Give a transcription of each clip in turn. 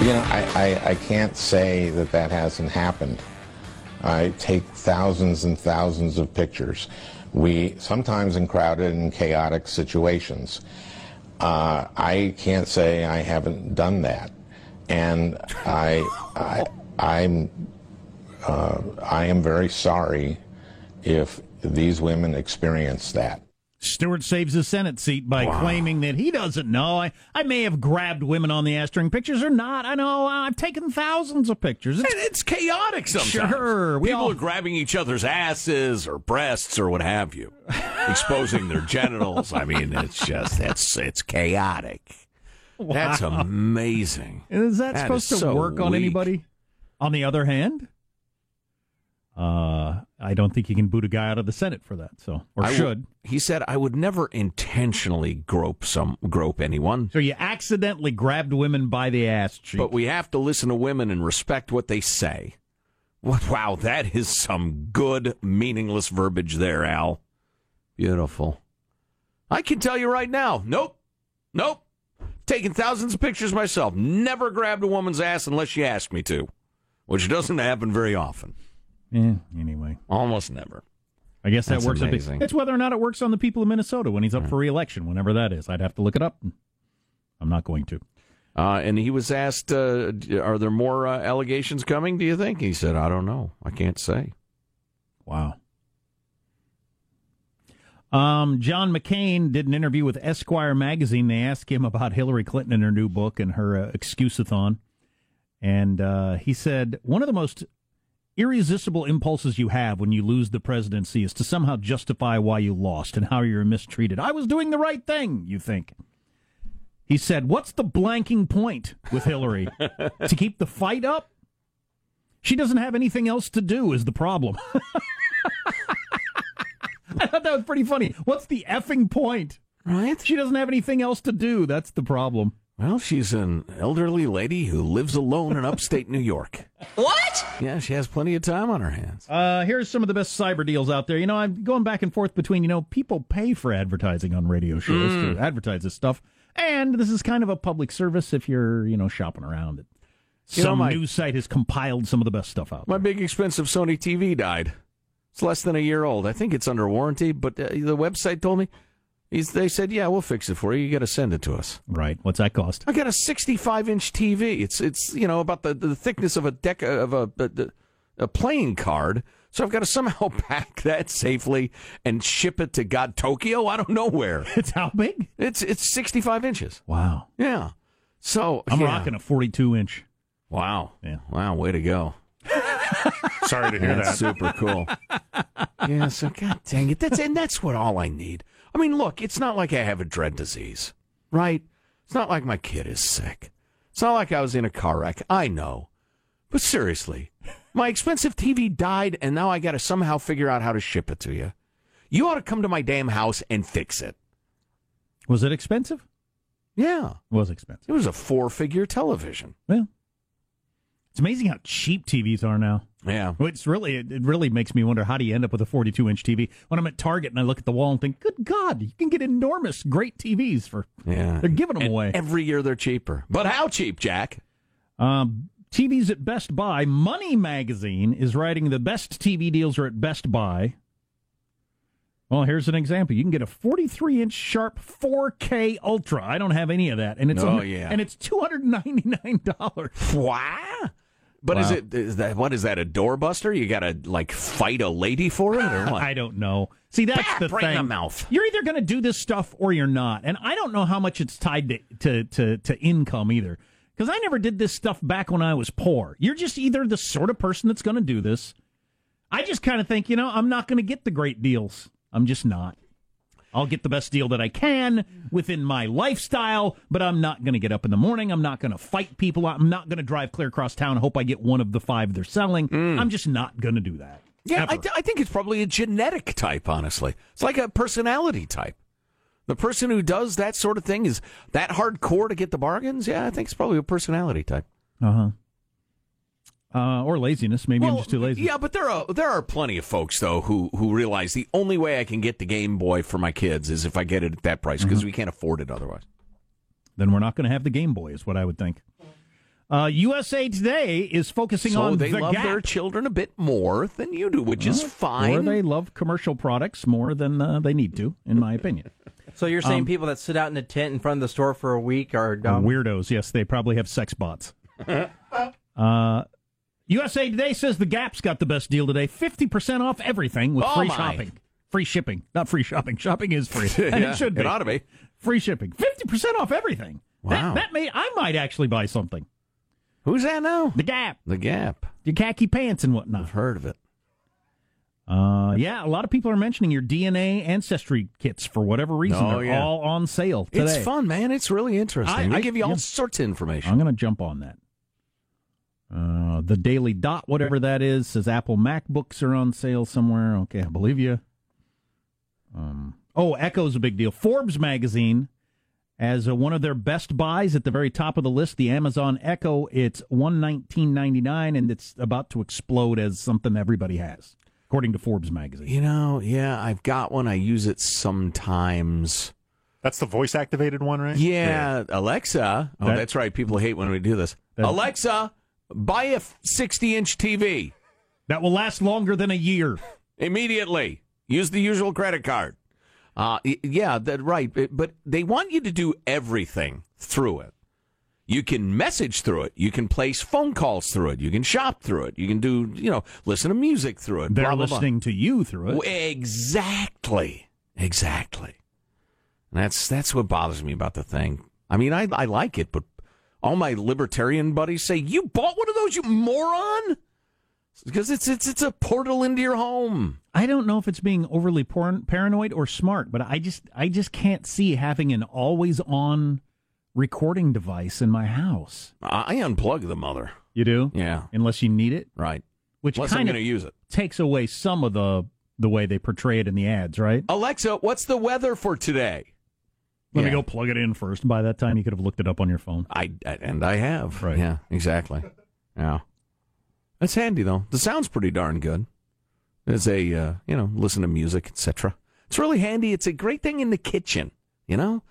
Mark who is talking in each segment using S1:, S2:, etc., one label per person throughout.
S1: You know, I, I, I can't say that that hasn't happened. I take thousands and thousands of pictures. We sometimes in crowded and chaotic situations. Uh, I can't say I haven't done that, and I, I I'm uh, I am very sorry if these women experience that.
S2: Stewart saves his Senate seat by claiming that he doesn't know. I, I may have grabbed women on the ass during pictures or not. I know uh, I've taken thousands of pictures. It's-
S3: And it's chaotic sometimes.
S2: Sure, we
S3: People
S2: all-
S3: are grabbing each other's asses or breasts or what have you, exposing their genitals. I mean, it's just it's it's chaotic. That's amazing.
S2: Is that,
S3: That
S2: supposed
S3: is
S2: to
S3: so
S2: work on
S3: weak.
S2: anybody? On the other hand, uh, I don't think you can boot a guy out of the Senate for that. So, or
S3: I w-
S2: should.
S3: he said I would never intentionally grope some grope anyone,
S2: so you accidentally grabbed women by the ass cheek.
S3: but we have to listen to women and respect what they say. What? Wow, that is some good meaningless verbiage there, Al. Beautiful. I can tell you right now. Nope. Nope. Taken thousands of pictures myself. Never grabbed a woman's ass unless she asked me to, which doesn't happen very often.
S2: Eh, anyway,
S3: Almost never.
S2: I guess that
S3: That's
S2: works. on pe-
S3: amazing.
S2: it's whether or not it works on the people of Minnesota when he's up for reelection, whenever that is. I'd have to look it up. I'm not going to.
S3: Uh, and he was asked, uh, d- "Are there more uh, allegations coming? Do you think?" He said, "I don't know. I can't say."
S2: Wow. Um, John McCain did an interview with Esquire magazine. They asked him about Hillary Clinton and her new book and her uh, excuseathon, and uh, he said one of the most irresistible impulses you have when you lose the presidency is to somehow justify why you lost and how you were mistreated. I was doing the right thing, you think. He said, "What's the blanking point with Hillary? to keep the fight up? She doesn't have anything else to do is the problem." I thought that was pretty funny. What's the effing point?
S3: Right?
S2: She doesn't have anything else to do. That's the problem.
S3: Well, she's an elderly lady who lives alone in upstate New York.
S4: What?
S3: Yeah, she has plenty of time on her hands.
S2: Uh, here's some of the best cyber deals out there. You know, I'm going back and forth between, you know, people pay for advertising on radio shows to advertise this stuff. And this is kind of a public service if you're, you know, shopping around. It.
S3: You know,
S2: Some
S3: my-
S2: news site has compiled some of the best stuff out.
S3: My big expensive Sony TV died. It's less than a year old. I think it's under warranty, but uh, the website told me he's, they said, "Yeah, we'll fix it for you. You got to send it to us."
S2: Right. What's that cost?
S3: I got a 65 inch TV. It's it's you know about the, the thickness of a deck of a, a a playing card. So I've got to somehow pack that safely and ship it to God Tokyo. I don't know where.
S2: It's how big?
S3: It's it's 65 inches.
S2: Wow.
S3: Yeah. So
S2: I'm rocking a 42 inch.
S3: Wow.
S2: Yeah.
S3: Wow. Way to go.
S5: Sorry to hear that.
S3: that's super cool. yeah. So God dang it. That's and that's what all I need. I mean, look, it's not like I have a dread disease, right? It's not like my kid is sick. It's not like I was in a car wreck. I know, but seriously, my expensive TV died, and now I got to somehow figure out how to ship it to you. You ought to come to my damn house and fix it.
S2: Was it expensive?
S3: Yeah,
S2: It was expensive.
S3: it was a four-figure television.
S2: Well, it's amazing how cheap TVs are now.
S3: Yeah.
S2: Well, It's really it it really makes me wonder how do you end up with a 42 inch TV? When I'm at Target and I look at the wall and think, good God, you can get enormous great TVs for
S3: Yeah.
S2: they're giving them
S3: And
S2: away.
S3: Every year they're cheaper. But how cheap, Jack?
S2: Um, TVs at Best Buy. Money Magazine is writing the best TV deals are at Best Buy. Well, here's an example. You can get a 43 inch sharp 4K Ultra. I don't have any of that, and it's
S3: Oh, yeah.
S2: and it's 299 dollars.
S3: Wow. But is
S2: Wow.
S3: it is that what is that a doorbuster? You gotta like fight a lady for it or
S2: I
S3: what?
S2: don't know. See, that's
S3: Bah,
S2: the
S3: brain
S2: thing.
S3: in the mouth.
S2: You're either going to do this stuff or you're not, and I don't know how much it's tied to to to, to income either. Because I never did this stuff back when I was poor. You're just either the sort of person that's going to do this. I just kind of think, you know, I'm not going to get the great deals. I'm just not. I'll get the best deal that I can within my lifestyle, but I'm not going to get up in the morning. I'm not going to fight people. I'm not going to drive clear across town. and Hope I get one of the five they're selling. I'm just not going to do that.
S3: Mm. Yeah, I,
S2: Ever.
S3: th- I think it's probably a genetic type. Honestly, it's like a personality type. The person who does that sort of thing is that hardcore to get the bargains. Yeah, I think it's probably a personality type.
S2: Uh-huh. Uh Or laziness. Maybe I'm just too lazy.
S3: Yeah, but there are there are plenty of folks though who who realize the only way I can get the Game Boy for my kids is if I get it at
S2: Mm-hmm.
S3: that price because we can't afford it otherwise.
S2: Then we're not going to have the Game Boy, is what I would think. Uh, USA Today is focusing
S3: so
S2: on
S3: they
S2: the
S3: love
S2: gap.
S3: their children a bit more than you do, which is
S2: Well, Or
S3: fine.
S2: they love commercial products more than uh, they need to, in my opinion.
S4: So you're saying
S2: Um,
S4: people that sit out in a tent in front of the store for a week are dumb?
S2: Weirdos, yes, they probably have sex bots. Uh, USA Today says the Gap's got the best deal today. 50% off everything with
S3: Oh,
S2: free
S3: my.
S2: shopping. Free shipping. Not free shopping. Shopping is free. and
S3: Yeah,
S2: it should be.
S3: It ought to be.
S2: Free shipping. 50% off everything.
S3: Wow.
S2: That, that may, I might actually buy something.
S3: Who's that now?
S2: The Gap.
S3: The Gap.
S2: Your khaki pants and whatnot.
S3: I've heard of it.
S2: Uh, yeah, a lot of people are mentioning your DNA ancestry kits for whatever reason.
S3: Oh,
S2: They're
S3: yeah.
S2: all on sale today.
S3: It's fun, man. It's really interesting.
S2: I-
S3: they
S2: I-
S3: give you all
S2: yeah.
S3: sorts of information.
S2: I'm going to jump on that. Uh, the Daily Dot, whatever that is, says Apple MacBooks are on sale somewhere. Okay, I believe you. Um, oh, Echo's a big deal. Forbes magazine as uh, one of their best buys at the very top of the list. The Amazon Echo, it's one nineteen ninety nine, and it's about to explode as something everybody has, according to Forbes magazine.
S3: You know, yeah, I've got one. I use it sometimes.
S5: That's the voice activated one, right?
S3: Yeah, Alexa. Oh,
S2: That-
S3: that's right. People hate when we do this.
S2: That-
S3: Alexa, buy a 60 inch TV
S2: That will last longer than a year.
S3: immediately. Use the usual credit card. Uh, y- yeah, that right. But- But they want you to do everything through it. You can message through it. You can place phone calls through it. You can shop through it. You can do, you know, listen to music through it.
S2: They're
S3: blah, blah, blah.
S2: listening to you through it.
S3: W- Exactly. Exactly. And that's that's what bothers me about the thing. I mean, I I like it, but all my libertarian buddies say, "You bought one of those, you moron!" Because it's it's it's a portal into your home.
S2: I don't know if it's being overly por- paranoid or smart, but I just I just can't see having an always on recording device in my house.
S3: I I unplug the mother.
S2: You do?
S3: Yeah,
S2: Unless you need it,
S3: right.
S2: which
S3: Unless I'm
S2: kind
S3: going
S2: of
S3: to use it.
S2: takes away some of the the way they portray it in the ads, right?
S3: Alexa, what's the weather for today?
S2: Let me
S3: Yeah.
S2: go plug it in first. By that time, you could have looked it up on your phone.
S3: I, I and I have.
S2: Right.
S3: Yeah. Exactly. Yeah. That's handy though. The sound's pretty darn good. As a uh, you know, listen to music, etc. It's really handy. It's a great thing in the kitchen. You know,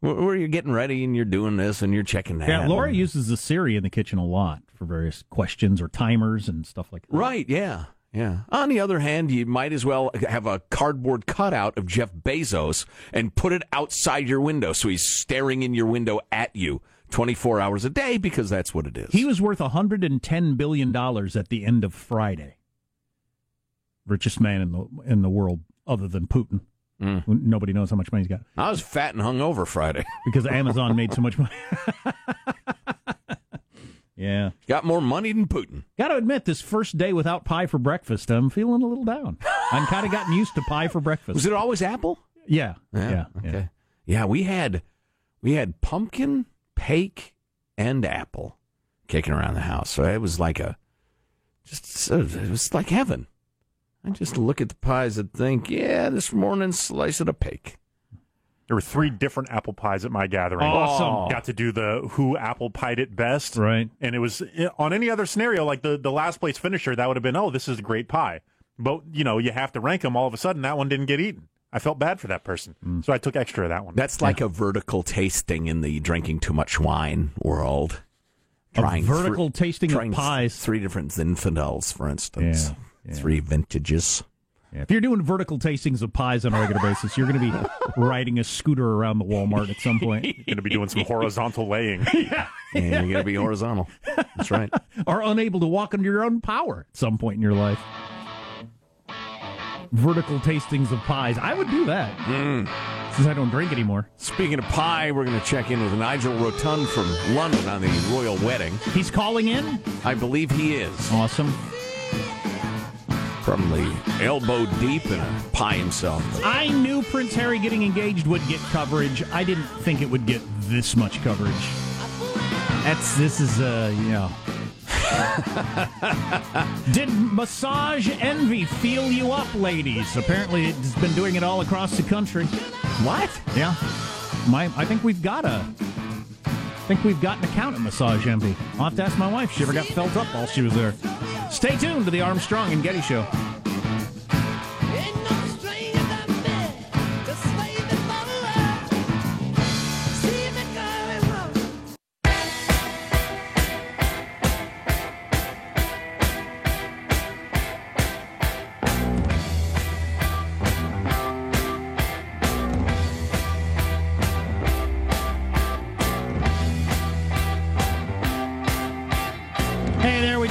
S3: where, where you're getting ready and you're doing this and you're checking that.
S2: Yeah, Laura
S3: and-
S2: uses the Siri in the kitchen a lot for various questions or timers and stuff like that.
S3: Right. Yeah. Yeah. On the other hand, you might as well have a cardboard cutout of Jeff Bezos and put it outside your window so he's staring in your window at you 24 hours a day because that's what it is.
S2: He was worth $110 billion at the end of Friday. Richest man in the in the world other than Putin.
S3: Mm.
S2: Nobody knows how much money he's got
S3: I was fat and hungover Friday.
S2: because Amazon made so much money. yeah.
S3: Got more money than Putin.
S2: Got to admit, this first day without pie for breakfast, I'm feeling a little down. I'm kind of gotten used to pie for breakfast.
S3: Was it always apple?
S2: yeah. Yeah. yeah.
S3: Okay. Yeah, we had we had pumpkin, cake, and apple kicking around the house. So it was like a just so- it was like heaven. I just look at the pies and think, yeah, this morning slice of a cake.
S5: There were three different apple pies at my gathering.
S2: Awesome.
S5: Got to do the who apple pied it best.
S2: Right.
S5: And it was eh, on any other scenario, like the, the last place finisher, that would have been, oh, this is a great pie. But, you know, you have to rank them. All of a sudden, that one didn't get eaten. I felt bad for that person. So I took extra of that one.
S3: That's like a vertical tasting in the drinking too much wine world.
S2: A
S3: Trying thr-
S2: vertical tasting
S3: trying
S2: of
S3: th-
S2: pies.
S3: Three different Zinfandels, for instance.
S2: Yeah, yeah.
S3: Three vintages.
S2: Yeah, If you're doing vertical tastings of pies on a regular basis, you're going to be riding a scooter around the Walmart at some point
S5: Going to be doing some horizontal laying.
S3: And you're going to be horizontal. That's right.
S2: or unable to walk under your own power at some point in your life. Vertical tastings of pies. I would do that since I don't drink anymore.
S3: Speaking of pie, we're going to check in with Nigel Rotund from London on the royal wedding.
S2: He's calling in.
S3: I believe he is
S2: Awesome.
S3: probably elbow deep in a pie himself.
S2: I knew Prince Harry getting engaged would get coverage. I didn't think it would get this much coverage. That's this is uh you know. Did massage envy feel you up, ladies? Apparently, it's been doing it all across the country.
S3: What?
S2: Yeah, my I think we've got a. I think we've got an account of massage envy. I'll have to ask my wife. She ever got felt up while she was there. Stay tuned to the Armstrong and Getty Show.
S6: Ain't no stranger than me to slay the foe. See me coming home.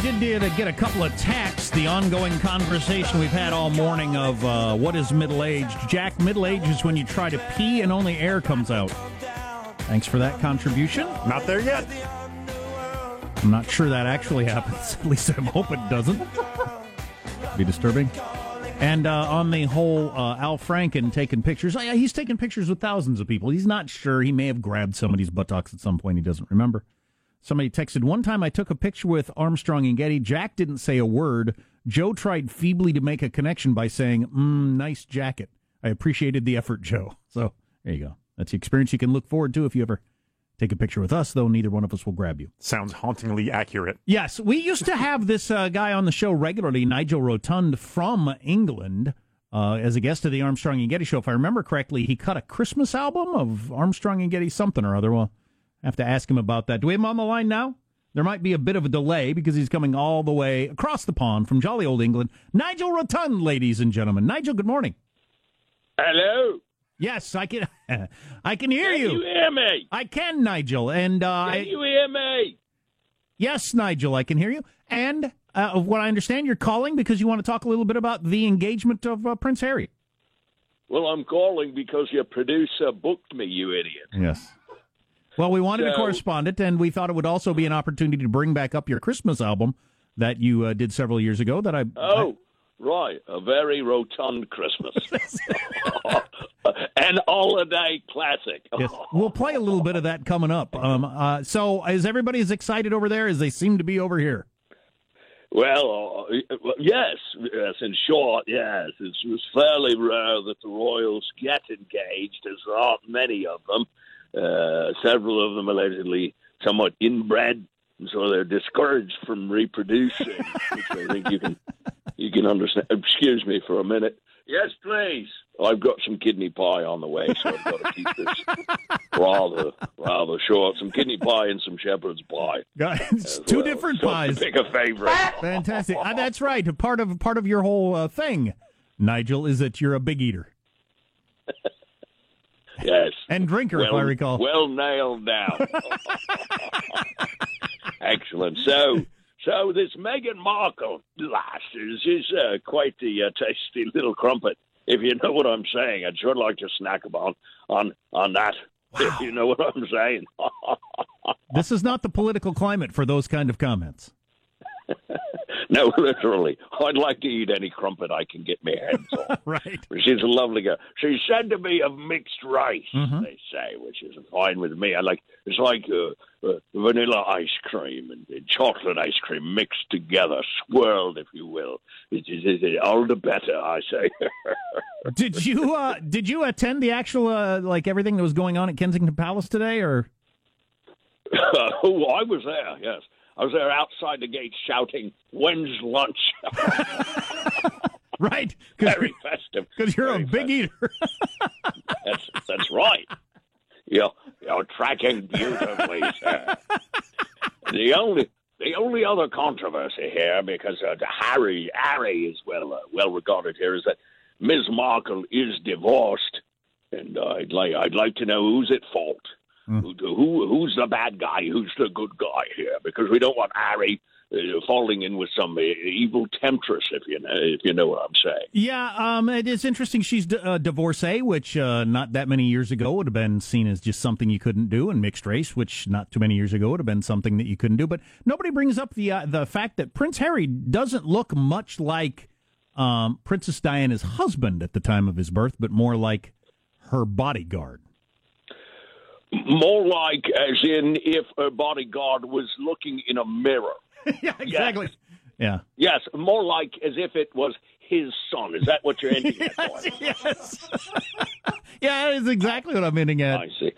S2: did get uh, get a couple of texts. The ongoing conversation we've had all morning of uh, what is middle age. Jack, middle age is when you try to pee and only air comes out. Thanks for that contribution.
S5: Not there yet.
S2: I'm not sure that actually happens. At least I hope it doesn't. Be disturbing. And uh, on the whole, uh, Al Franken taking pictures. Oh, yeah, he's taking pictures with thousands of people. He's not sure. He may have grabbed somebody's buttocks at some point. He doesn't remember. Somebody texted one time I took a picture with Armstrong and Getty. Jack didn't say a word. Joe tried feebly to make a connection by saying, mm, "Nice jacket." I appreciated the effort, Joe. So there you go. That's the experience you can look forward to if you ever take a picture with us. Though neither one of us will grab you.
S5: Sounds hauntingly accurate.
S2: Yes, we used to have this uh, guy on the show regularly, Nigel Rotund from England, uh, as a guest of the Armstrong and Getty show. If I remember correctly, he cut a Christmas album of Armstrong and Getty something or other. Well, I have to ask him about that. Do we have him on the line now? There might be a bit of a delay because he's coming all the way across the pond from jolly old England. Nigel Rotund, ladies and gentlemen. Nigel, good morning.
S7: Hello.
S2: Yes, I can. I can hear
S7: Can you
S2: you.
S7: hear me?
S2: I can, Nigel, and uh, I-
S7: Can you hear me?
S2: Yes, Nigel, I can hear you. And uh, of what I understand, you're calling because you want to talk a little bit about the engagement of uh, Prince Harry.
S7: Well, I'm calling because your producer booked me, you idiot.
S2: Yes. Well, we wanted to
S7: So-
S2: correspond it, and we thought it would also be an opportunity to bring back up your Christmas album that you uh, did several years ago. That I
S7: Oh, right. A very rotund Christmas. An holiday classic.
S2: I- yes. we'll play a little bit of that coming up. Um, uh, so, is everybody as excited over there as they seem to be over here?
S7: Well, uh, yes, yes. In short, yes, it's, it's fairly rare that the royals get engaged, as there aren't many of them. Uh, several of them allegedly somewhat inbred, and so they're discouraged from reproducing, which I think you can you can understand. Excuse me for a minute. Yes, please. I've got some kidney pie on the way, so I've got to keep this rather rather short. Some kidney pie and some shepherd's pie.
S2: Guys,
S7: as
S2: two
S7: well.
S2: different
S7: So
S2: pies.
S7: Pick a favorite.
S2: Fantastic. Uh, that's right. A Part of part of your whole uh, thing, Nigel, is that you're a big eater
S7: Yes.
S2: and drinker, if I recall.
S7: Well nailed down. Excellent. So, so this Meghan Markle lass is, is uh, quite the uh, tasty little crumpet, if you know what I'm saying. I'd sure like to snack upon on on that, if you know what I'm saying.
S2: This is not the political climate for those kind of comments.
S7: no, literally, I'd like to eat any crumpet I can get my hands on.
S2: Right.
S7: She's a lovely girl. She's said to be of mixed race,
S2: Mm-hmm.
S7: they say, which is fine with me. I like it's like uh, uh, vanilla ice cream and, and chocolate ice cream mixed together, swirled, if you will. It is it, it, all the better, I say.
S2: Did you uh, did you attend the actual uh, like everything that was going on at Kensington Palace today, or
S7: oh, I was there. Yes, I was there outside the gate shouting, "When's lunch?"
S2: right?
S7: Very festive.
S2: Because you're a
S7: Very
S2: big eater.
S7: That's that's right. You're you're tracking beautifully, sir. The only the only other controversy here, because uh, Harry Harry is well uh, well regarded here, is that Ms. Markle is divorced, and I'd like I'd like to know who's at fault, who, who who's the bad guy, who's the good guy here, because we don't want Harry. Uh, falling in with some uh, evil temptress, if you know, if you know what I'm saying.
S2: yeah, um, it is interesting. She's d- a divorcee, which uh, not that many years ago would have been seen as just something you couldn't do, and mixed race, which not too many years ago would have been something that you couldn't do. But nobody brings up the uh, the fact that Prince Harry doesn't look much like um, Princess Diana's husband at the time of his birth, but more like her bodyguard.
S7: More like, as in, if her bodyguard was looking in a mirror.
S2: yeah, exactly. Yeah.
S7: Yes, more like as if it was his son. Is that what you're hinting at? Boyd?
S2: yes. yeah, that is exactly what I'm hinting at.
S7: I see.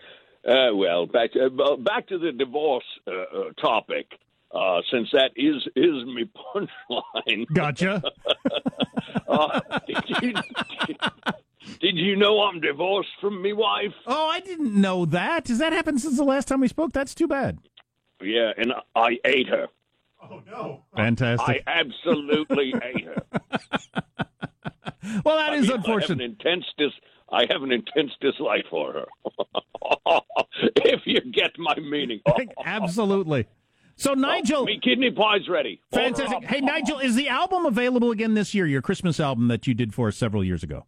S7: Uh, well, back uh, well, back to the divorce uh, uh, topic, uh, since that is is my punchline.
S2: Gotcha.
S7: Uh, did, you, did, you know I'm divorced from me wife?
S2: Oh, I didn't know that. Has that happened since the last time we spoke? That's too bad.
S7: Yeah, and I ate her. I
S2: Fantastic.
S7: absolutely ate her.
S2: well, that is
S7: Yes, I have an
S2: unfortunate.
S7: intense dis- I have an intense dislike for her. if you get my meaning.
S2: Absolutely.
S7: oh,
S2: So Nigel,
S8: Me kidney pie's ready. Order
S2: fantastic.
S8: up.
S2: Hey Nigel, is the album available again this year? Your Christmas album that you did for us several years ago.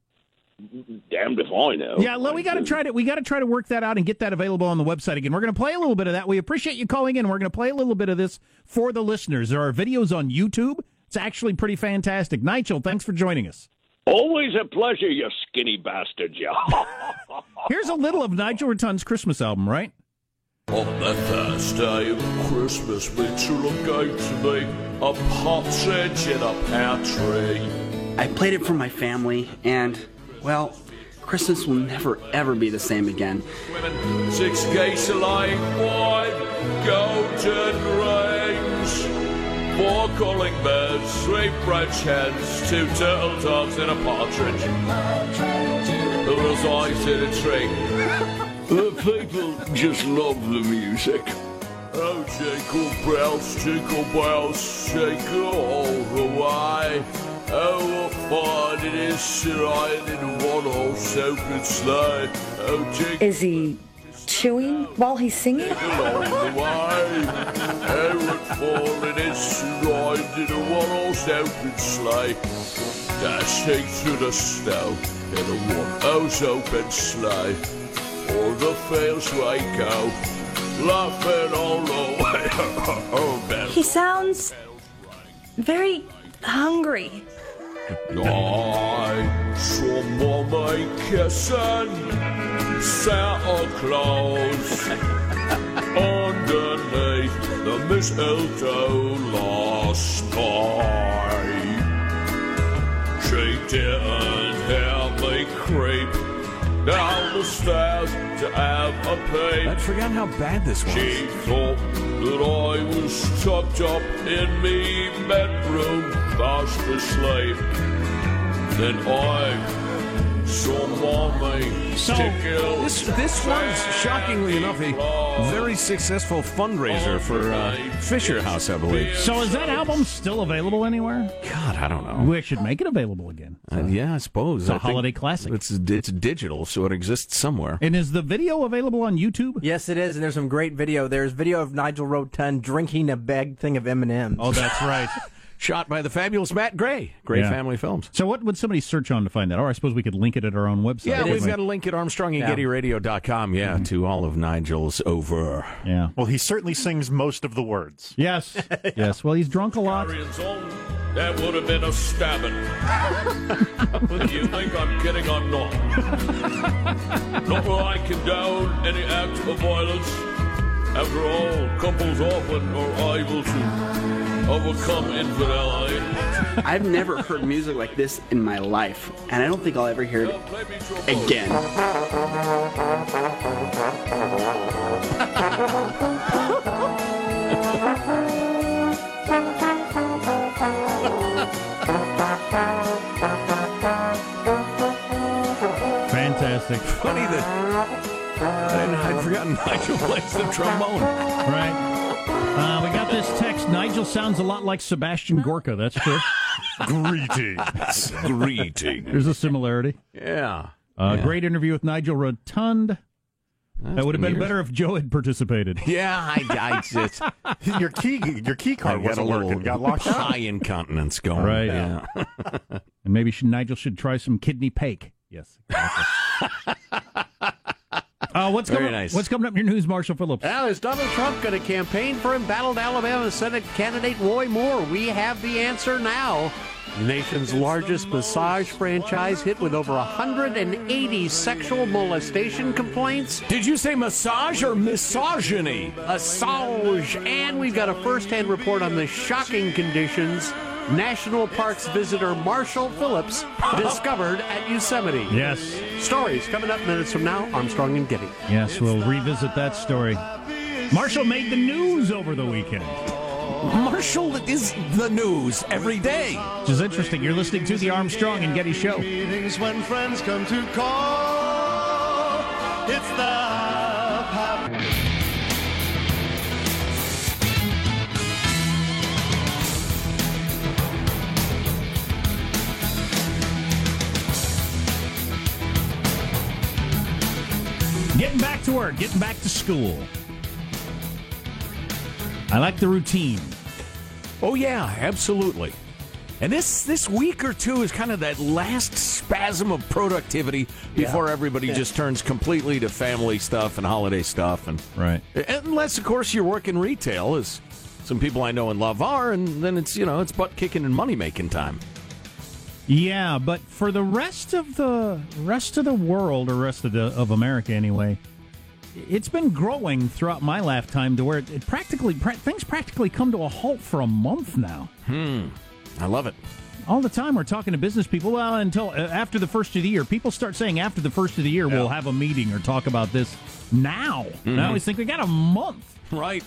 S8: Oh, Damned if I
S7: Oh,
S8: know.
S2: Yeah, well, we got to try to we got to try to work that out and get that available on the website again. We're going to play a little bit of that. We appreciate you calling in. We're going to play a little bit of this for the listeners. There are videos on YouTube. It's actually pretty fantastic. Nigel, thanks for joining us.
S8: Always a pleasure, you skinny bastard, you.
S2: Here's a little of Nigel Ratton's Christmas album, right?
S7: On the first day of Christmas, Mitchell gave to me a partridge in a pear tree.
S9: I played it for my family, and, well, Christmas will never ever be the same again.
S7: Women, six geese lying wide, golden rings, four calling birds, three French hens, two turtle doves, and a partridge. Who was eyes in a tree? the people just love the music. Oh, Jingle bells, jingle bells, jingle all the way. Oh, what fun it is to ride in one horse open sleigh. Oh, jingle
S10: Is he chewing while he's singing?
S7: along the way. Oh, what fun it is to ride in a one horse open sleigh. Dashing through the snow in a one horse open sleigh. All the fields we go, laughing all the way. oh, Beth.
S10: He sounds very hungry.
S7: I saw Mommy kissing Santa Claus underneath the mistletoe last night. She didn't hear me creep down the stairs to have a peep.
S3: I'd forgotten how bad this was.
S7: She thought that I was tucked up in me bedroom fast asleep. Then I saw mommy
S2: So,
S7: stick out
S3: This this was shockingly enough a very successful fundraiser for uh, Fisher House, I believe.
S2: So is that album still available anywhere?
S3: God, I don't know.
S2: We should make it available again.
S3: Uh, yeah, I suppose it's
S2: a holiday classic.
S3: It's it's digital, so it exists somewhere.
S2: And is the video available on YouTube?
S4: Yes, it is, and there's some great video. There's video of Nigel Rotund drinking a bag thing of M&Ms.
S2: Oh, that's right.
S3: Shot by the fabulous Matt Gray. Great
S2: Yeah.
S3: family films.
S2: so what would somebody search on to find that? Or I suppose we could link it Mm-hmm. at our own website.
S3: Yeah,
S2: couldn't
S3: we've
S2: we?
S3: got a link at armstrongandgettyradio.com, yeah, to all of Nigel's over.
S2: yeah.
S11: Well, he certainly sings most of the words.
S2: Yes. Yes. Well, he's drunk a lot.
S7: Arian's on. That would have been a stabbing. Whether you think I'm kidding, I'm not. not that I condone any act of violence. After all, couples often are able to overcome infidelity.
S9: I've never heard music like this in my life, and I don't think I'll ever hear it
S7: Now, play me trombone.
S9: again.
S2: Fantastic.
S3: Funny that I didn't, I'd forgotten Nigel plays the trombone.
S2: Right. Uh, we got this text. Nigel sounds a lot like Sebastian Gorka. That's true.
S11: Greetings.
S3: Greeting.
S2: There's a similarity.
S3: Yeah.
S2: Uh, Great interview with Nigel Rotund. that would have been
S3: weird.
S2: better if Joe had participated.
S3: Yeah, I, I just
S11: your key, your key
S3: I
S11: card wasn't working. Got locked out.
S3: high incontinence going.
S2: Right. Yeah. and maybe should, Nigel should try some kidney pake. Yes. uh, what's
S3: Very
S2: coming?
S3: nice.
S2: What's coming up in your news, Marshall Phillips?
S3: Now, is Donald Trump going to campaign for embattled Alabama Senate candidate Roy Moore? We have the answer now. The nation's largest massage franchise hit with over 180 sexual molestation complaints. Did you say massage or misogyny? Massage. And we've got a first hand report on the shocking conditions National Parks visitor Marshall Phillips discovered at Yosemite.
S2: Yes.
S3: Stories coming up minutes from now. Armstrong and Getty.
S2: Yes, we'll revisit that story. Marshall made the news over the weekend,
S3: Marshall is the news every day.
S2: which is interesting. You're listening to the Armstrong and Getty Show.
S12: Meetings when friends come to call. It's the
S2: Getting back to work, getting back to school. I like the routine.
S3: Oh yeah, absolutely. And this this week or two is kind of that last spasm of productivity before everybody
S11: Yeah.
S3: just turns completely to family stuff and holiday stuff and
S2: right.
S3: Unless of course you work in retail as some people I know and love are and then it's you know, it's butt kicking and money making time.
S2: Yeah, but for the rest of the rest of the world or rest of the of America anyway, it's been growing throughout my lifetime to where it, it practically pra- things practically come to a halt for a month now.
S3: Hmm. I love it.
S2: All the time we're talking to business people. Well, until uh, after the first of the year, people start saying after the first of the year we'll have a meeting or talk about this now. And I
S3: Mhm.
S2: always think we got a month.
S3: Right.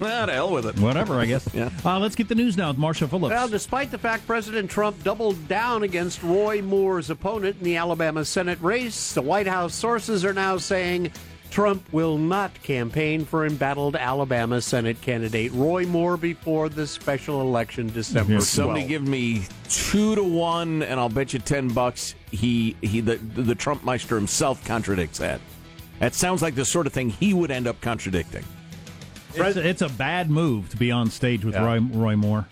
S3: Well, to hell with it.
S2: Whatever, I guess. yeah. Uh, let's get the news now with Marsha Phillips.
S11: Well, despite the fact President Trump doubled down against Roy Moore's opponent in the Alabama Senate race, the White House sources are now saying Trump will not campaign for embattled Alabama Senate candidate Roy Moore before the special election December 12th.
S3: Somebody give me two to one, and I'll bet you ten bucks he he the the Trump Meister himself contradicts that. That sounds like the sort of thing he would end up contradicting.
S2: it's, a, it's a bad move to be on stage with Roy, Roy Moore.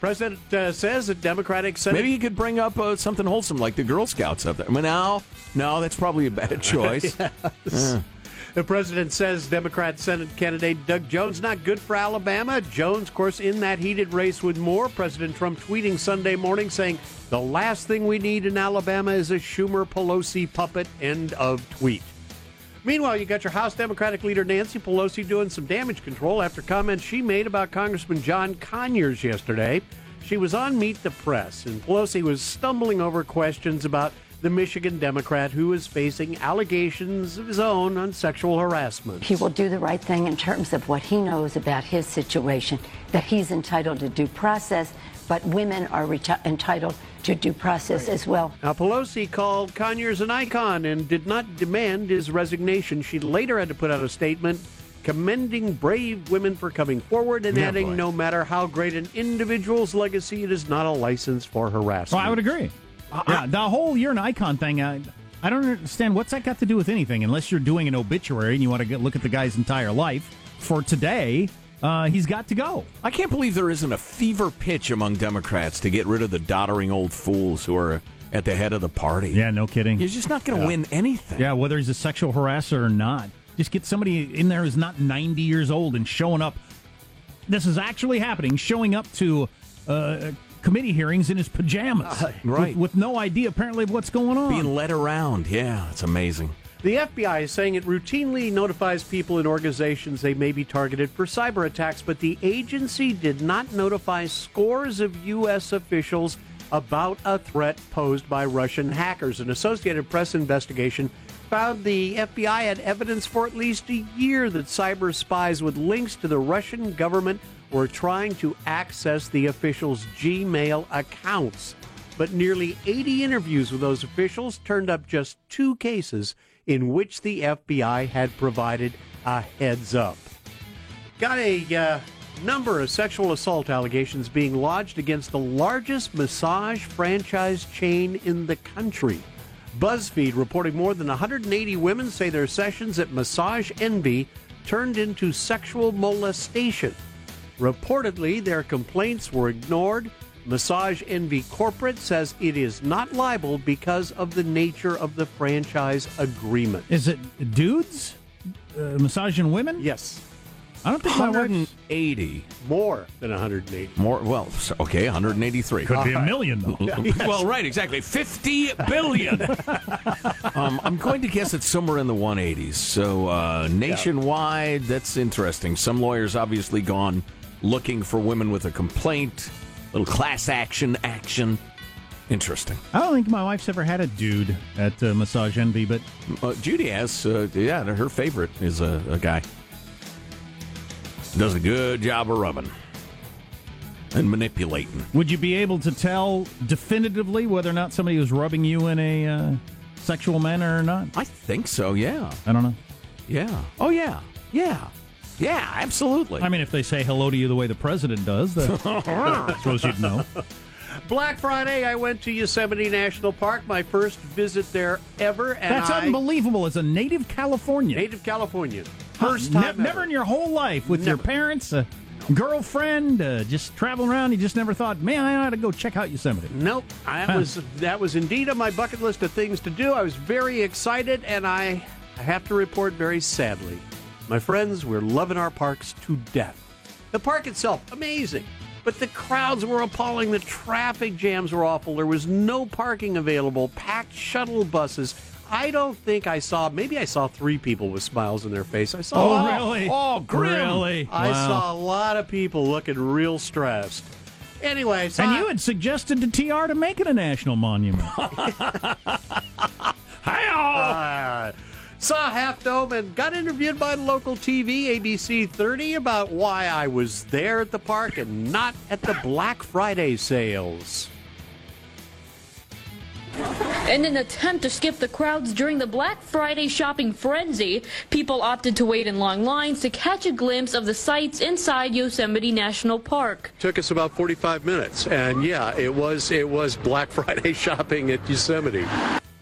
S11: President uh, says that Democratic Senate
S3: Maybe he could bring up uh, something wholesome like the Girl Scouts up there. I mean, no, no, that's probably a bad choice.
S11: Yes.
S3: Yeah.
S11: The president says Democrat Senate candidate Doug Jones not good for Alabama. Jones, of course, in that heated race with Moore. President Trump tweeting Sunday morning saying, The last thing we need in Alabama is a Schumer Pelosi puppet. End of tweet. Meanwhile, you got your House Democratic leader Nancy Pelosi doing some damage control after comments she made about Congressman John Conyers yesterday. She was on Meet the Press, and Pelosi was stumbling over questions about the Michigan Democrat who is facing allegations of his own on sexual harassment.
S13: He will do the right thing in terms of what he knows about his situation, that he's entitled to due process, but women are reti- entitled to due process as well.
S11: Now, Pelosi called Conyers an icon and did not demand his resignation. She later had to put out a statement commending brave women for coming forward and
S2: Yeah,
S11: adding,
S2: boy.
S11: no matter how great an individual's legacy, it is not a license for harassment.
S2: Well, I would agree. yeah, the whole you're an icon thing. I, I don't understand what's that got to do with anything, unless you're doing an obituary and you want to get, look at the guy's entire life. For today, uh, he's got to go.
S3: I can't believe there isn't a fever pitch among Democrats to get rid of the doddering old fools who are at the head of the party.
S2: Yeah, no kidding.
S3: You're just not going to
S2: Yeah.
S3: win anything.
S2: Yeah, whether he's a sexual harasser or not, just get somebody in there who's not 90 years old and showing up. This is actually happening. Showing up to uh, committee hearings in his pajamas,
S11: Uh,
S3: right.
S2: With, with no idea apparently of what's going on.
S3: Being led around. Yeah, it's amazing.
S11: The FBI is saying it routinely notifies people in organizations they may be targeted for cyber attacks, but the agency did not notify scores of U.S. officials about a threat posed by Russian hackers. An Associated Press investigation found the FBI had evidence for at least a year that cyber spies with links to the Russian government were trying to access the officials' Gmail accounts but nearly 80 interviews with those officials turned up just two cases in which the FBI had provided a heads up. Got a uh, number of sexual assault allegations being lodged against the largest massage franchise chain in the country. BuzzFeed reporting more than 180 women say their sessions at Massage Envy turned into sexual molestation. Reportedly, their complaints were ignored. Massage Envy Corporate says it is not liable because of the nature of the franchise agreement.
S2: Is it dudes uh, massaging women?
S11: Yes.
S2: I don't think my wife's
S3: 180.
S11: More than 180.
S3: More, well, so- okay, 183.
S2: Could be a million, though.
S3: Well, right, exactly. 50 billion. um, I'm going to guess it's somewhere in the 180s. So uh, nationwide, that's interesting. Some lawyers obviously gone looking for women with a complaint, little class action action. Interesting.
S2: I don't think my wife's ever had a dude at uh, Massage Envy, but
S3: Uh, Judy has, uh, yeah, her favorite is a, a guy. Does a good job of rubbing and manipulating.
S2: would you be able to tell definitively whether or not somebody was rubbing you in a uh, sexual manner or not?
S3: I think so, yeah.
S2: I don't know.
S3: Yeah. Oh, yeah. Yeah. Yeah, absolutely.
S2: I mean, if they say hello to you the way the president does, then I suppose you'd know.
S11: Black Friday, I went to Yosemite National Park, my first visit there ever. And
S2: That's
S11: I,
S2: unbelievable. As a native Californian,
S11: Native Californian.
S2: first
S11: time
S2: never in your whole life with your parents. Uh, girlfriend, uh, just traveling around. You just never thought, man, I ought to go check out Yosemite.
S11: Nope. That was that was indeed on my bucket list of things to do. I was very excited, and I I have to report very sadly, my friends, we're loving our parks to death. The park itself, amazing, but the crowds were appalling. The traffic jams were awful. There was no parking available. Packed shuttle buses. I don't think I saw. Maybe I saw three people with smiles on their face. I saw.
S2: Oh,
S11: wow.
S2: really?
S11: Oh, grim.
S2: Really?
S11: I
S2: Wow.
S11: saw a lot of people looking real stressed. Anyway, so
S2: and you had suggested to TR to make it a national monument.
S11: Uh, saw Half Dome and got interviewed by local TV, ABC 30, about why I was there at the park and not at the Black Friday sales.
S10: In an attempt to skip the crowds during the Black Friday shopping frenzy, people opted to wait in long lines to catch a glimpse of the sights inside Yosemite National Park.
S11: Took us about 45 minutes, and yeah, it was it was Black Friday shopping at Yosemite.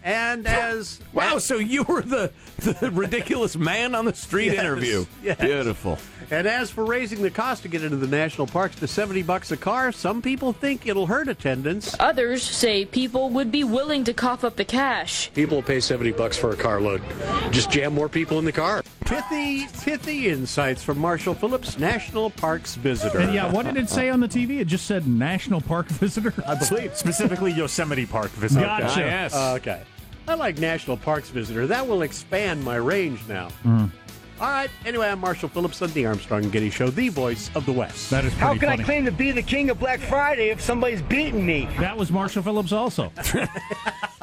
S11: And as
S3: wow, so you were the the ridiculous man on the street
S11: Yes,
S3: interview.
S11: yes.
S3: Beautiful.
S11: And as for raising the cost to get into the national parks to 70 bucks a car, some people think it'll hurt attendance.
S10: Others say people would be willing to cough up the cash.
S11: People pay 70 bucks for a car load. Just jam more people in the car. Pithy, pithy insights from Marshall Phillips, National Parks visitor.
S2: and yeah, what did it say on the TV? It just said National Park Visitor. I
S11: believe.
S5: Specifically, Yosemite Park visit.
S11: Gotcha.
S5: Yes.
S11: Uh, okay. I like National Parks visitor. That will expand my range now.
S5: Hmm.
S11: All right. Anyway, I'm Marshall Phillips on the Armstrong and Getty Show, the voice of the West. That is
S14: How can I claim to be the king of Black Friday if somebody's beating me?
S2: That was Marshall Phillips also.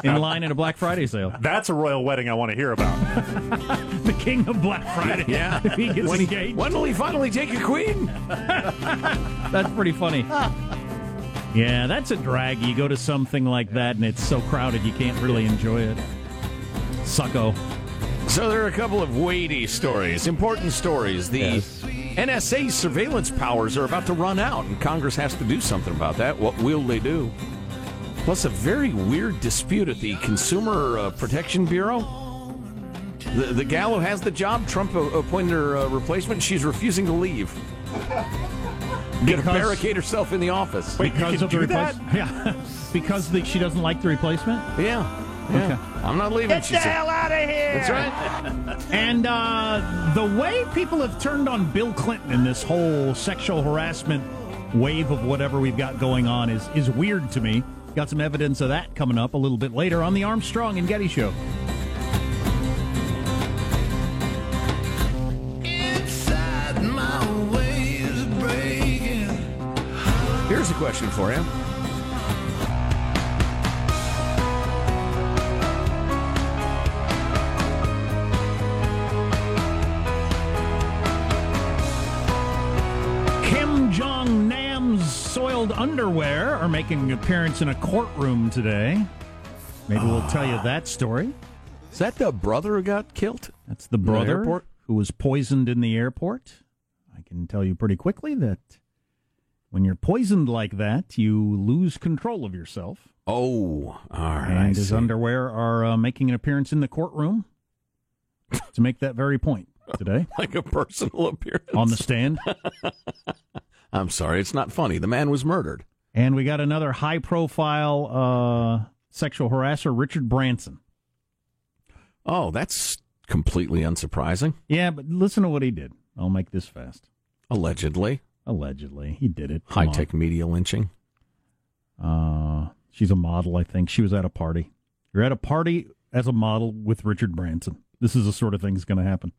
S2: In line at a Black Friday sale.
S5: That's a royal wedding I want to hear about.
S2: the king of Black Friday.
S5: Yeah.
S2: If he gets
S5: When-
S2: engaged.
S5: when will he finally take a queen?
S2: That's pretty funny. Yeah, that's a drag. You go to something like that and it's so crowded you can't really enjoy it. Sucko.
S3: So there are a couple of weighty stories, important stories. The NSA surveillance powers are about to run out, and Congress has to do something about that. What will they do? Plus, a very weird dispute at the Consumer uh, Protection Bureau. The, the gal who has the job, Trump uh, appointed her uh, replacement. She's refusing to leave. Gonna
S2: Because-
S3: barricade herself in the office.
S2: replacement? Yeah. because the, she doesn't like the replacement?
S3: Yeah. Yeah. I'm not leaving.
S2: Get
S3: she
S2: the
S3: said.
S2: hell
S14: outta here!
S3: That's right.
S2: And uh, the way people have turned on Bill Clinton in this whole sexual harassment wave of whatever we've got going on is, is weird to me. Got some evidence of that coming up a little bit later on the Armstrong and Getty Show.
S6: Inside my way is breaking.
S3: Here's a question for you.
S2: Kim Jong Nam's soiled underwear are making an appearance in a courtroom today. Maybe we'll tell you that story.
S3: Is that the brother who got killed?
S2: That's the
S3: In the
S2: brother
S3: airport?
S2: who was poisoned in the airport. I can tell you pretty quickly that when you're poisoned like that, you lose control of yourself.
S3: Oh, all right. I
S2: And his
S3: see.
S2: underwear are uh, making an appearance in the courtroom to make that very point today
S3: like a personal appearance.
S2: on the stand.
S3: I'm sorry, it's not funny. The man was murdered.
S2: And we got another high profile uh, sexual harasser, Richard Branson.
S3: Oh, that's completely unsurprising.
S2: Yeah, but listen to what he did. I'll make this fast.
S3: Allegedly.
S2: Allegedly. He did it. Come
S3: High tech media lynching.
S2: Uh, she's a model, I think. She was at a party. You're at a party as a model with Richard Branson. This is the sort of thing that's going to happen.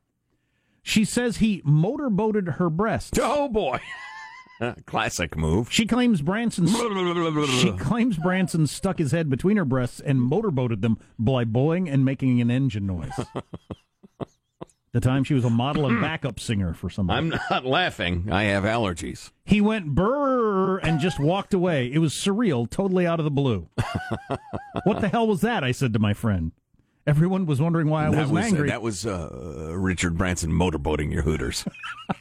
S2: She says he motorboated her breasts.
S3: Oh boy. Classic move.
S2: She claims Branson. she claims Branson stuck his head between her breasts and motorboated them by blowing and making an engine noise. the time she was a model and backup singer for somebody.
S3: I'm not laughing. I have allergies.
S2: He went brrr and just walked away. It was surreal, totally out of the blue. what the hell was that? I said to my friend. Everyone was wondering why I
S3: that
S2: wasn't
S3: was, uh,
S2: angry.
S3: That was uh, Richard Branson motorboating your Hooters.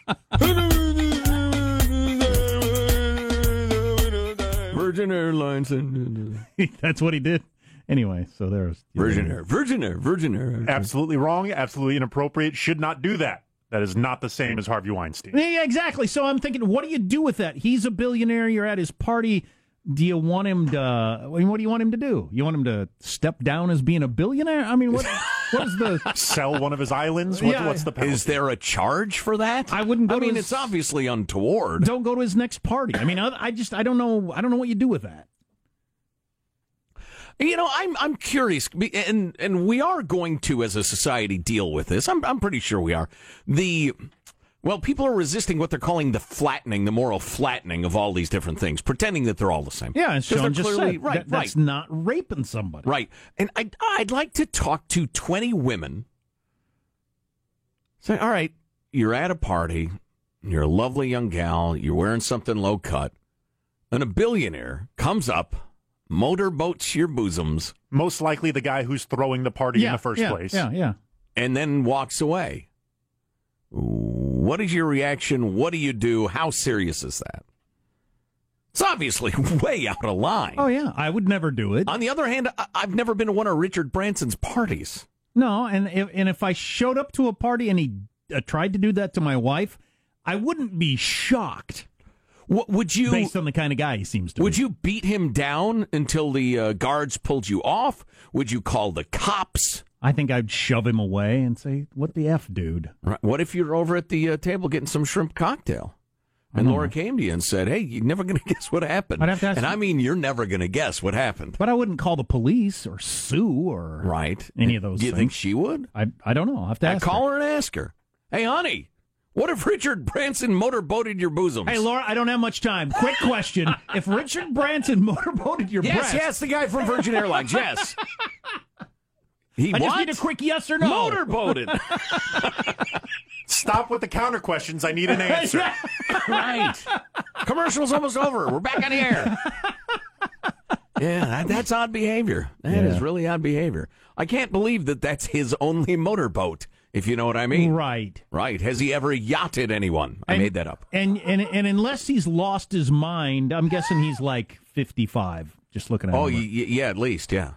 S3: Virgin Airlines. And,
S2: That's what he did. Anyway, so there's
S3: Virgin Air. Virgin Air. Virgin Air.
S5: Absolutely wrong. Absolutely inappropriate. Should not do that. That is not the same as Harvey Weinstein.
S2: Yeah, exactly. So I'm thinking, what do you do with that? He's a billionaire. You're at his party. Do you want him to? I mean, what do you want him to do? You want him to step down as being a billionaire? I mean, what? what is the
S5: sell one of his islands? What, What's the penalty?
S3: Is there a charge for that?
S2: I wouldn't. Go
S3: I
S2: to
S3: mean,
S2: his-
S3: it's obviously untoward.
S2: Don't go to his next party. I mean, I, I just I don't know. I don't know what you do with that.
S3: You know, I'm I'm curious, be- and and we are going to, as a society, deal with this. I'm I'm pretty sure we are. The well, people are resisting what they're calling the flattening, the moral flattening of all these different things, pretending that they're all the same.
S2: Yeah, as
S3: 'Cause
S2: Sean
S3: they're
S2: just
S3: clearly-
S2: said,
S3: right,
S2: that- that's
S3: right,
S2: not raping somebody.
S3: right. And I I'd like to talk to 20 women. Say, all right, you're at a party, you're a lovely young gal, you're wearing something low cut, and a billionaire comes up, motorboats your bosoms.
S5: Most likely the guy who's throwing the party in the first
S2: yeah,
S5: place.
S2: Yeah, yeah.
S3: and then walks away. What is your reaction? What do you do? How serious is that? It's obviously way out of line.
S2: Oh yeah, I would never do it.
S3: On the other hand, I- I've never been to one of Richard Branson's parties.
S2: No, and if, and if I showed up to a party and he uh, tried to do that to my wife, I wouldn't be shocked.
S3: What would you?
S2: Based on the kind of guy he seems to
S3: Would
S2: be.
S3: you beat him down until the uh, guards pulled you off? Would you call the cops?
S2: I think I'd shove him away and say, "What the f, dude?"
S3: Right. What if you're over at the uh, table getting some shrimp cocktail? And Laura came to you and said, "Hey, you're never going to guess what happened."
S2: Mm-hmm. I'd have to ask
S3: and
S2: you-
S3: I mean, you're never going to guess what happened,
S2: But I wouldn't call the police or sue or
S3: right?
S2: any of those.
S3: Do you
S2: things.
S3: think she would?
S2: I I don't know. I will have to
S3: I
S2: ask.
S3: call her and ask her. Hey, honey, what if Richard Branson motorboated your bosoms?
S2: Hey, Laura, I don't have much time. Quick question: If Richard Branson motorboated your
S3: yes,
S2: breast,
S3: yes, the guy from Virgin Airlines. Yes, he
S2: I
S3: what?
S2: just need a quick yes or no.
S3: Motorboated.
S5: Stop with the counter questions. I need an answer.
S3: right. Commercial's almost over. We're back on the air. Yeah, that, that's odd behavior. That is really odd behavior. I can't believe that that's his only motorboat. If you know what I mean.
S2: Right.
S3: Right. Has he ever yachted anyone? I
S2: And-
S3: made that up.
S2: And and and unless he's lost his mind, I'm guessing he's like 55. Just looking at
S3: Oh,
S2: him.
S3: y- y- yeah, at least, yeah.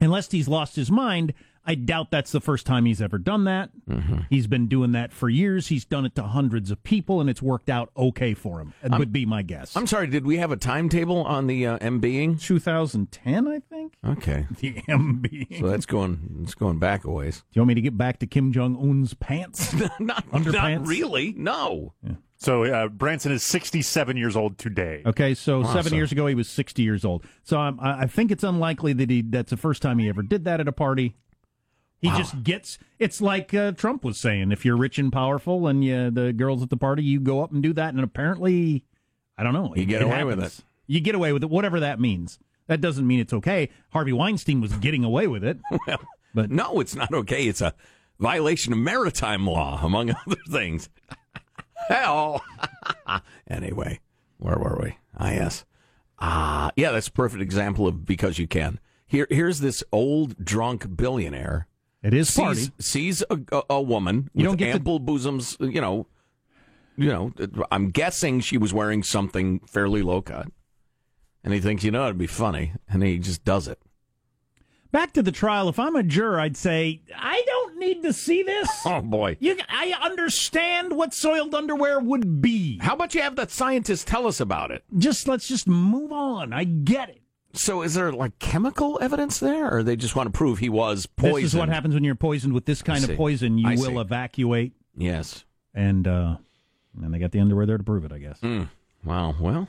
S2: unless he's lost his mind, I doubt that's the first time he's ever done that.
S3: Mm-hmm.
S2: He's been doing that for years. He's done it to hundreds of people, and it's worked out okay for him. That would be my guess.
S3: I'm sorry, did we have a timetable on the uh, MBing?
S2: 2010, I think.
S3: Okay.
S2: The MB.
S3: So that's going it's going back a ways.
S2: Do you want me to get back to Kim Jong Un's pants?
S3: not,
S2: Underpants?
S3: not really. No.
S5: So uh, Branson is 67 years old today.
S2: Okay, so seven
S3: Awesome.
S2: years ago he was 60 years old. So I'm, I I think it's unlikely that he that's the first time he ever did that at a party. He just gets. It's like uh, Trump was saying: if you're rich and powerful, and you, the girls at the party, you go up and do that. And apparently, I don't know.
S3: You get away with
S2: happens. You get away with it, whatever that means. That doesn't mean it's okay. Harvey Weinstein was getting away with it.
S3: Well,
S2: But-
S3: no, it's not okay. It's a violation of maritime law, among other things. Hell. anyway, where were we? Ah, yes. Ah, yeah, that's a perfect example of because you can. Here, here's this old drunk billionaire
S2: It is party.
S3: sees, sees a, a, a woman
S2: You
S3: with
S2: don't get to-
S3: ample bosoms. You know, you know. I'm guessing she was wearing something fairly low cut, and he thinks, you know, it'd be funny, and he just does it.
S2: Back to the trial. If I'm a juror, I'd say I don't need to see this.
S3: Oh boy!
S2: You, I understand what soiled underwear would be.
S3: How about you have that scientist tell us about it?
S2: Just let's just move on. I get it.
S3: So, is there like chemical evidence there, or they just want to prove he was poisoned?
S2: This is what happens when you're poisoned with this kind
S3: see.
S2: of poison. You
S3: I
S2: will
S3: see.
S2: evacuate,
S3: Yes.
S2: and uh, and they got the underwear there to prove it. I guess.
S3: Mm. Wow. Well.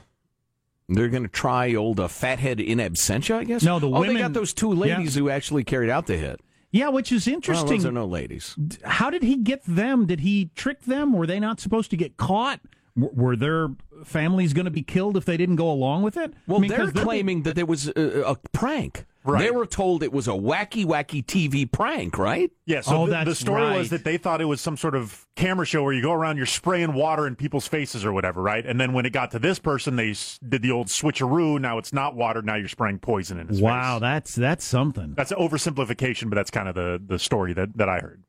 S3: They're going to try old uh, fathead in absentia, I guess.
S2: No, the
S3: oh,
S2: women-
S3: they got those two ladies who actually carried out the hit.
S2: Yeah, which is
S3: Well,
S2: interesting.
S3: those are no ladies.
S2: How did he get them? Did he trick them? Were they not supposed to get caught? W- were their families going to be killed if they didn't go along with it?
S3: Well,
S2: I mean, 'cause
S3: they're claiming that there was a, a prank.
S5: Right.
S3: They were told it was a wacky, wacky TV prank, right?
S5: Yeah, so
S2: Oh,
S5: the, the
S2: that's
S5: story
S2: right.
S5: was that they thought it was some sort of camera show where you go around, you're spraying water in people's faces or whatever, right? And then when it got to this person, they s- did the old switcheroo. Now it's not water. Now you're spraying poison in his
S2: Wow,
S5: face.
S2: that's that's something.
S5: That's an oversimplification, but that's kind of the, the story that, that I heard.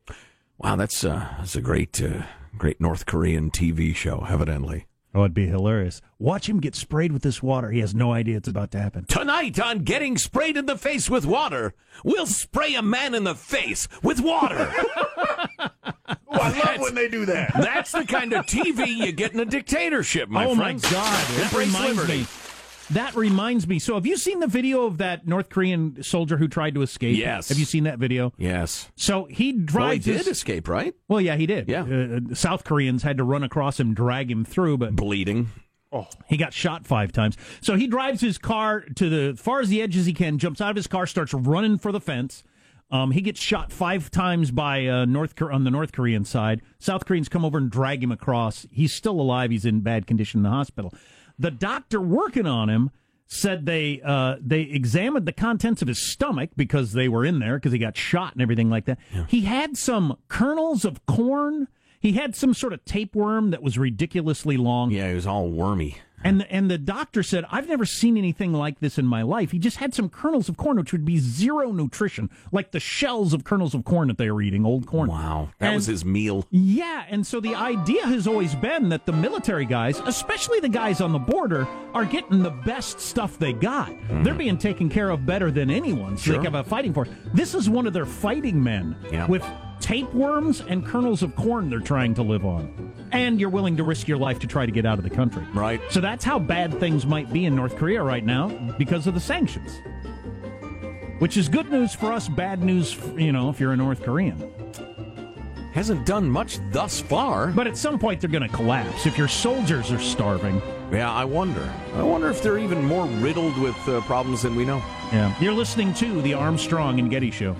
S3: Wow, that's uh, that's a great, uh, great North Korean TV show, evidently.
S2: Oh, it'd be hilarious. Watch him get sprayed with this water. He has no idea it's about to happen.
S3: Tonight on Getting Sprayed in the Face with Water, we'll spray a man in the face with water.
S5: Oh, I love when they do that.
S3: That's the kind of TV you get in a dictatorship, my
S2: oh
S3: friends.
S2: my God!
S3: It
S2: That
S3: breaks
S2: reminds
S3: liberty.
S2: me. That reminds me. So, have you seen the video of that North Korean soldier who tried to escape?
S3: Yes.
S2: Have you seen that video?
S3: Yes.
S2: So he
S3: Well, he
S2: drives.
S3: did
S2: his-
S3: escape, right?
S2: Well, yeah, he did. Yeah. Uh, South Koreans had to run across him, drag him through, but
S3: bleeding.
S5: Oh.
S2: He got shot five times. So he drives his car to the far as the edge as he can, jumps out of his car, starts running for the fence. Um, he gets shot five times by uh, North Kor- on the North Korean side. South Koreans come over and drag him across. He's still alive. He's in bad condition in the hospital. The doctor working on him said they uh, they examined the contents of his stomach because they were in there because he got shot and everything like that. He had some kernels of corn. He had some sort of tapeworm that was ridiculously long.
S3: Yeah, he was all wormy.
S2: And the, and the doctor said, "I've never seen anything like this in my life." He just had some kernels of corn, which would be zero nutrition, like the shells of kernels of corn that they were eating, old corn. Wow,
S3: That was his meal.
S2: yeah, and so the idea has always been that the military guys, especially the guys on the border, are getting the best stuff they got. They're being taken care of better than anyone, so
S3: Hmm. Sure.
S2: they have a fighting force. This is one of their fighting men
S3: Yeah.
S2: with tapeworms and kernels of corn they're trying to live on. And you're willing to risk your life to try to get out of the country.
S3: Right.
S2: So that's how bad things might be in North Korea right now because of the sanctions. Which is good news for us, bad news, you know, if you're a North Korean
S3: hasn't done much thus far.
S2: But at some point, they're going to collapse if your soldiers are starving.
S3: Yeah, I wonder. I wonder if they're even more riddled with uh, problems than we know.
S2: Yeah. You're listening to the Armstrong and Getty Show.